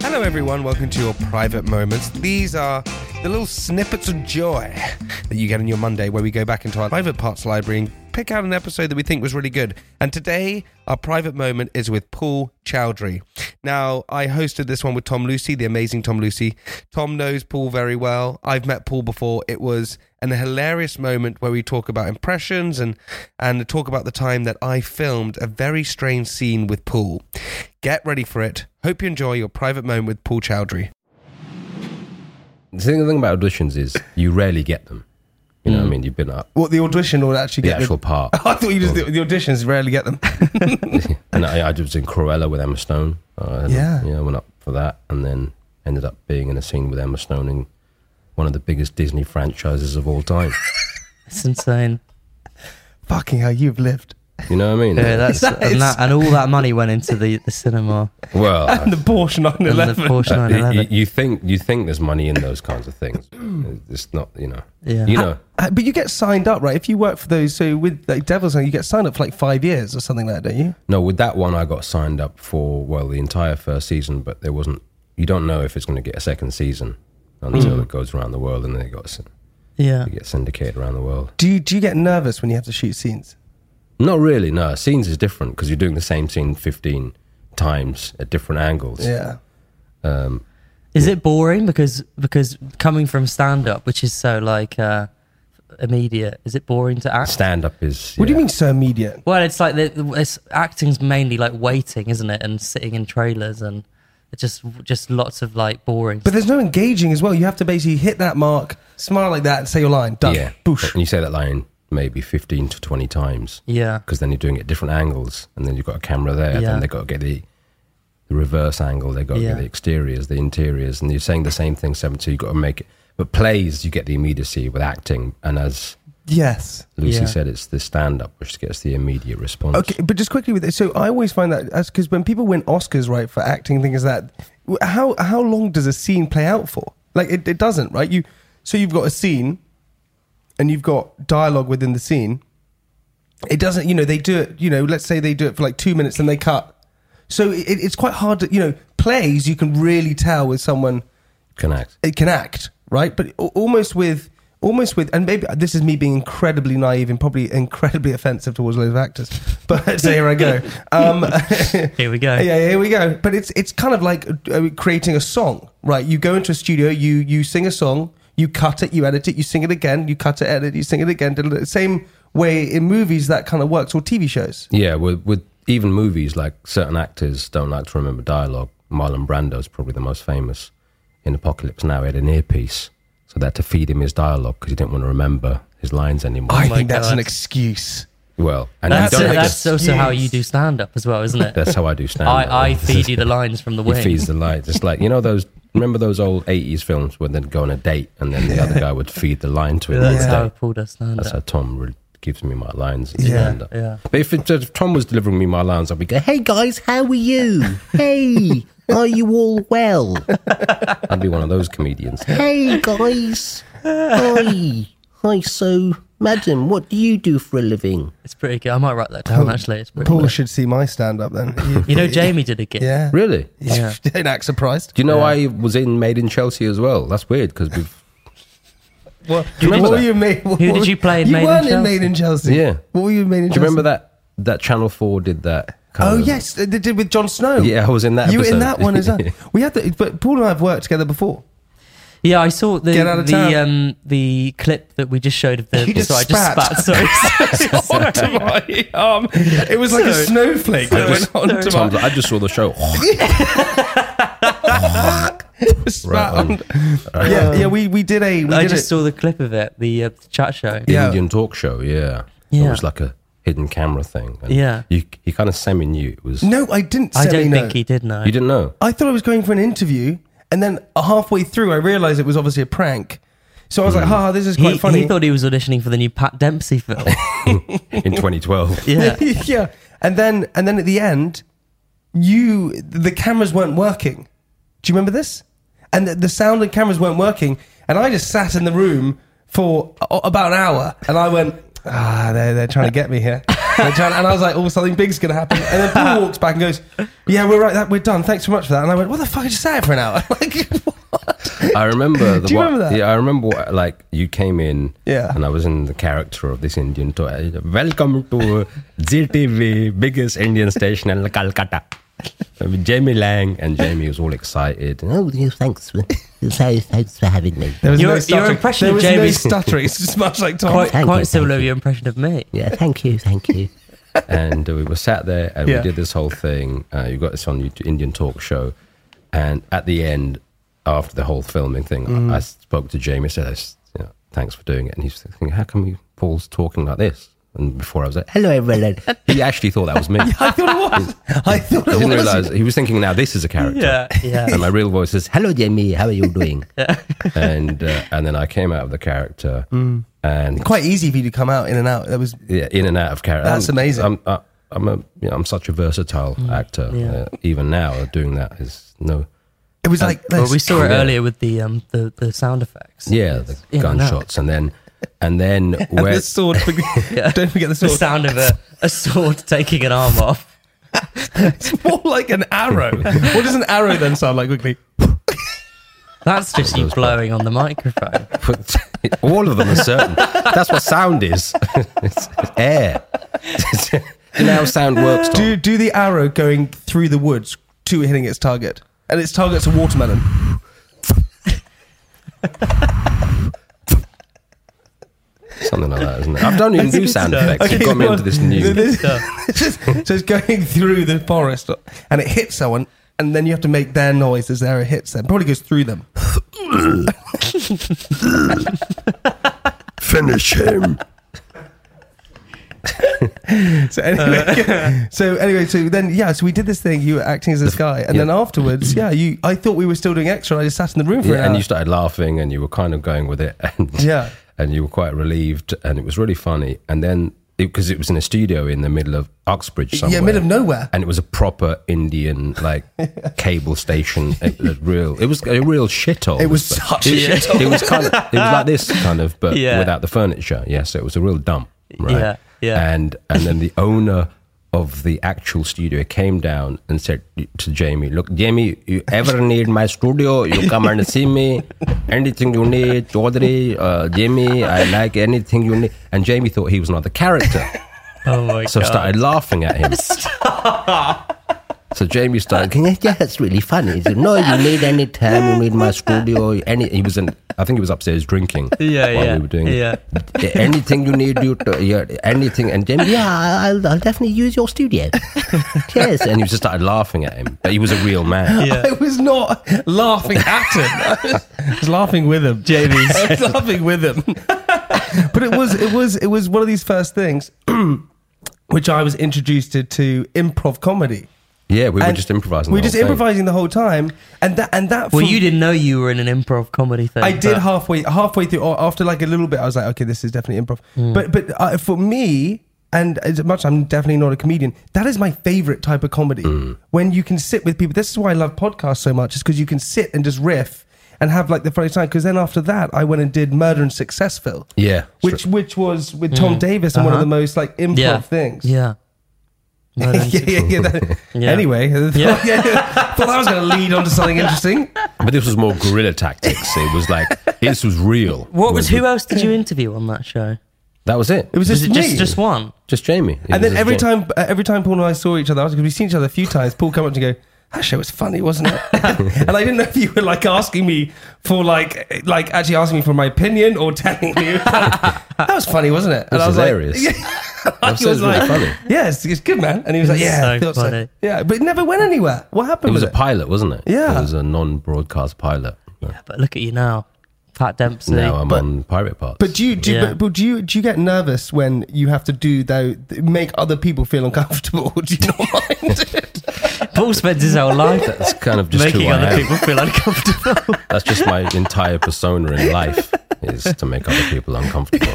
Hello, everyone. Welcome to your private moments. These are the little snippets of joy that you get on your Monday, where we go back into our private parts library and pick out an episode that we think was really good. And today, our private moment is with Paul Chowdhury. Now, I hosted this one with Tom Lucy, the amazing Tom Lucy. Tom knows Paul very well. I've met Paul before. It was an hilarious moment where we talk about impressions and and talk about the time that I filmed a very strange scene with Paul. Get ready for it. Hope you enjoy your private moment with Paul Chowdhury. The thing, the thing about auditions is you rarely get them. You Mm. know what I mean? You've been up What the audition or actually the get actual part. I thought you just the, the auditions rarely get them. and I, I was in Cruella with Emma Stone. Uh, and, Yeah. Yeah, I went up for that and then ended up being in a scene with Emma Stone in one of the biggest Disney franchises of all time. It's insane. Fucking hell, you've lived. You know what I mean? Yeah, that's is- and, that, and all that money went into the, the cinema well, I- And the Porsche and 911. the Porsche you- you, 911. you think you think there's money in those kinds of things. It's not, you know. Yeah. You know. Uh, But you get signed up, right? If you work for those, so with like Devil's, Night, you get signed up for like five years or something like that, don't you? No, with that one, I got signed up for well the entire first season, but there wasn't. You don't know if it's going to get a second season until Mm. it goes around the world, and then it got syn- Yeah, it gets syndicated around the world. Do you do you get nervous when you have to shoot scenes? Not really. No, scenes is different because you're doing the same scene fifteen times at different angles. Yeah. Um, is it boring because because coming from stand up, which is so like uh, immediate, is it boring to act? Stand up is. What do you yeah. mean so immediate? well, it's like the, the, it's acting's mainly like waiting, isn't it, and sitting in trailers and it's just just lots of like boring. But there's no engaging as well. You have to basically hit that mark, smile like that, and say your line. Done. Yeah. Boosh. And you say that line maybe fifteen to twenty times yeah, because then you're doing it at different angles, and then you've got a camera there, Yeah. then they got to get the. The reverse angle, they got to Yeah. get the exteriors, the interiors, and you're saying the same thing seven. So you got to make it. But plays, you get the immediacy with acting, and as Yes. Lucy Yeah. said, it's the stand-up which gets the immediate response. Okay, but just quickly with it. So I always find that because when people win Oscars, right, for acting things like that, w- how how long does a scene play out for? Like it, it doesn't, right? You so you've got a scene, and you've got dialogue within the scene. It doesn't, you know, they do it. You know, let's say they do it for like two minutes, and they cut. So it, it's quite hard to, you know, plays you can really tell with someone Can act. it can act right but al- almost with almost with and maybe this is me being incredibly naive and probably incredibly offensive towards loads of actors but so here i go um here we go. yeah here we go but it's it's kind of like uh, creating a song right you go into a studio you you sing a song you cut it you edit it you sing it again you cut it edit you sing it again da-da-da. same way in movies that kind of works or tv shows Yeah, with, with even movies like certain actors don't like to remember dialogue. Marlon Brando's probably the most famous. In Apocalypse Now, he had an earpiece, so they had to feed him his dialogue because he didn't want to remember his lines anymore. i Oh my think that's God. an excuse well, and you That's, don't it, have to- that's also how you excuse. do stand up as well, isn't it? that's how I do stand. I, I feed you the lines from the He wing. feeds the lines. It's like you know those. Remember those old '80s films where they'd go on a date and then the other guy would feed the line to him. on That's the how date? Paul does stand That's up. how Tom really gives me my lines. Yeah, stand up. yeah. But if, it, if Tom was delivering me my lines, I'd be going, "Hey guys, how are you? Hey, are you all well?" I'd be one of those comedians. Hey guys. Hi. Hi, so madam, what do you do for a living? It's pretty good. I might write that down actually. It's pretty paul good. should see my stand-up then You know, Jamie did a gig. yeah Really? Do Yeah. don't act surprised you know I was in Made in Chelsea as well? That's weird because we've What, you remember what were that? you made? What, Who what did were- you play in You Made in weren't in Chelsea? Made in Chelsea. Yeah. What were you in Made in do Chelsea? you remember that that Channel Four did that Can't oh remember. yes, they did with Jon Snow. Yeah, I was in that You were in that episode. one as well. We had, the, but Paul and I have worked together before. Yeah, I saw the Get out of the town. um the clip that we just showed of the. You just sorry, I spat. just spat. Sorry. onto my arm. Um, It was like a Sorry. snowflake that went onto my Tom's like, I just saw the show. spat on. on- Um, Yeah, yeah, we, we did a we I did just it. saw the clip of it, the uh, chat show. Yeah. Indian talk show. Yeah. Yeah. It was like a hidden camera thing. And Yeah. You you kind of semi knew it was. No, I didn't. I Semi, don't no. think he did know. You didn't know. I thought I was going for an interview, and then halfway through, I realised it was obviously a prank. So I was like, "Ha, ha, this is quite Hmm. He, funny." he thought he was auditioning for the new Pat Dempsey film. In 2012. yeah. yeah, and then and then at the end, you the cameras weren't working. Do you remember this? And the, the sound and cameras weren't working, and I just sat in the room for a- about an hour, and I went, "Ah, they're they're trying to get me here." They're trying- and I was like, "Oh, something big's gonna happen." And then Paul walks back and goes, "Yeah, we're right. That we're done. Thanks so much for that." And I went, "What the fuck? I just sat here for an hour." like, what? I remember. The Do you one- remember that? Yeah, I remember. What, like you came in, Yeah. and I was in the character of this Indian. To- Welcome to ZTV, biggest Indian station in Calcutta. With Jamie Lang and Jamie was all excited. Oh, yeah, thanks for, so, thanks for having me. There was Your- your impression there of was no Jamie's- stuttering. It's just much like Tom. Quite, Thank quite you, similar thank to you. your impression of me. Yeah, thank you, thank you. and uh, we were sat there and Yeah. we did this whole thing. Uh, you got this on YouTube, Indian talk show, and at the end, after the whole filming thing, Mm. I, I spoke to Jamie. Said, I s- you know, "Thanks for doing it." And he's thinking, "How come you Paul's talking like this?" And before I was like, Hello, everyone. he actually thought that was me. I thought it was. I thought I it didn't was. realize he was thinking now this is a character. Yeah, yeah. And my real voice is hello, Jamie, how are you doing? and uh, and then I came out of the character Mm. and Quite easy for you to come out in and out. That was yeah, in and out of character. That's I'm- amazing. I'm I, I'm a you know, I'm such a versatile actor. Uh, even now, doing that is no. It was like Oh. Well, we this. saw it Yeah. earlier with the um the, the sound effects. Yeah, the Yeah, no. gunshots and then and then And where the sword. Don't forget the The sword. sound of a, a sword taking an arm off. It's more like an arrow. what does an arrow then sound like quickly? That's just you blowing on the microphone. but all of them are certain. That's what sound is. it's, it's air. Do you know how sound works? Tom? Do do the arrow going through the woods to hitting its target, and its target's a watermelon. Something like that, isn't it? I don't even do sound so. effects. You've got me go into on. this new. This- so it's going through the forest, and it hits someone, and then you have to make their noise as the arrow hits them. Probably goes through them. Finish him. Uh. So anyway, so anyway, so then yeah, so we did this thing. You were acting as this guy, and then yeah. afterwards, yeah, you. I thought we were still doing extra. and I just sat in the room for an Yeah, and hour. you started laughing, and you were kind of going with it, and Yeah. and you were quite relieved, and it was really funny. And then because it, was in a studio in the middle of Uxbridge, somewhere, middle of nowhere. and it was a proper Indian like cable station. It was real. It was a real shithole. It was This place. such a It- shithole. It was kind of it was like this kind of, but Yeah. without the furniture. Yeah, so it was a real dump. Right? Yeah, yeah. And and then the owner. Of the actual studio came down and said to Jamie, "Look, Jamie, you ever need my studio? You come and see me. Anything you need, Chaudhary, uh, Jamie, I like anything you need." And Jamie thought he was another character. Oh my So I god. started laughing at him. so Jamie started. Can I- yeah, it's really funny. He said, no, you need any time. You need my studio. Any, he was in. I think he was upstairs drinking. yeah, while yeah, we were doing it. yeah. Anything you need, you to, yeah, anything. And Jamie, Yeah, I- I'll, I'll definitely use your studio. yes. and he just started laughing at him. But he was a real man. Yeah. I was not laughing at him. I was, I was laughing with him. Jamie's- I was laughing with him. but it was it was it was one of these first things which I was introduced to, to improv comedy. Yeah, we were And just improvising. We the were just whole thing. improvising the whole time. And that and that Well, for- you didn't know you were in an improv comedy thing. I did but- halfway halfway through or after like a little bit I was like okay this is definitely improv. Mm. But but uh, for me and as much I'm definitely not a comedian. That is my favorite type of comedy. Mm. When you can sit with people. This is why I love podcasts so much is because you can sit and just riff and have like the funny time because then after that I went and did Murder and Successful. Yeah, Which which was with Tom Davis and one of the most like improv Mm. Uh-huh. yeah. things. Yeah. No, yeah, don't- yeah, yeah, that- Yeah. Anyway, Yeah. thought that was going to lead on to something interesting. But this was more guerrilla tactics. It was like this was real. what was who else did you interview on that show? That was it. It was Was just it just me. just one? Just Jamie. It and was then just every Jamie. time, uh, every time Paul and I saw each other, because we've seen each other a few times, Paul come up to go, "That show was funny, wasn't it?" and I didn't know if you were like asking me for like, like actually asking me for my opinion or telling me like, that was funny, wasn't it? And That's I was hilarious. like, That he was sounds really like, funny. "Yeah, it's, it's good, man." And he was like, It's "Yeah, I so thought so." funny. yeah," but it never went anywhere. What happened? It was a with pilot, wasn't it? Yeah. It was a non-broadcast pilot. But look at you now, Pat Dempsey. now I'm but- on Pirate Parts. But do you do you, Yeah. but, but do you do you get nervous when you have to do though make other people feel uncomfortable? Do you not mind? Paul spends his whole life That's kind of just making who I other am. people feel uncomfortable. That's just my entire persona in life is to make other people uncomfortable.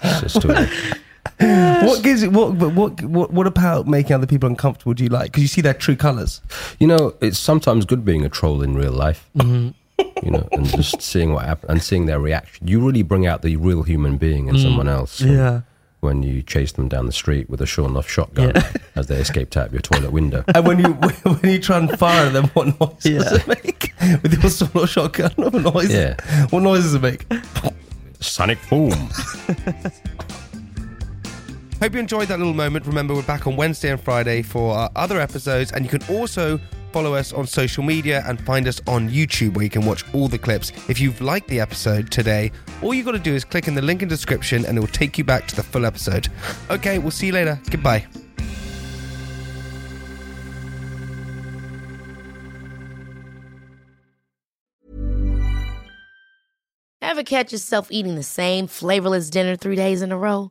It's just who I am. what gives it? What but what what what about making other people uncomfortable? Do you like because you see their true colours? You know, it's sometimes good being a troll in real life. You know, and just seeing what happens and seeing their reaction. You really bring out the real human being Mm. in someone else. yeah. When you chase them down the street with a sure enough shotgun Yeah. as they escaped out of your toilet window. And when you when you try and fire at them, what noise does it make with your solo shotgun? What noise? Yeah. What noise does it make? Sonic boom. Hope you enjoyed that little moment. Remember, we're back on Wednesday and Friday for our other episodes, and you can also follow us on social media and find us on YouTube where you can watch all the clips. If you've liked the episode today, all you got to do is click in the link in description and it will take you back to the full episode. Okay, we'll see you later. Goodbye. Ever catch yourself eating the same flavorless dinner three days in a row?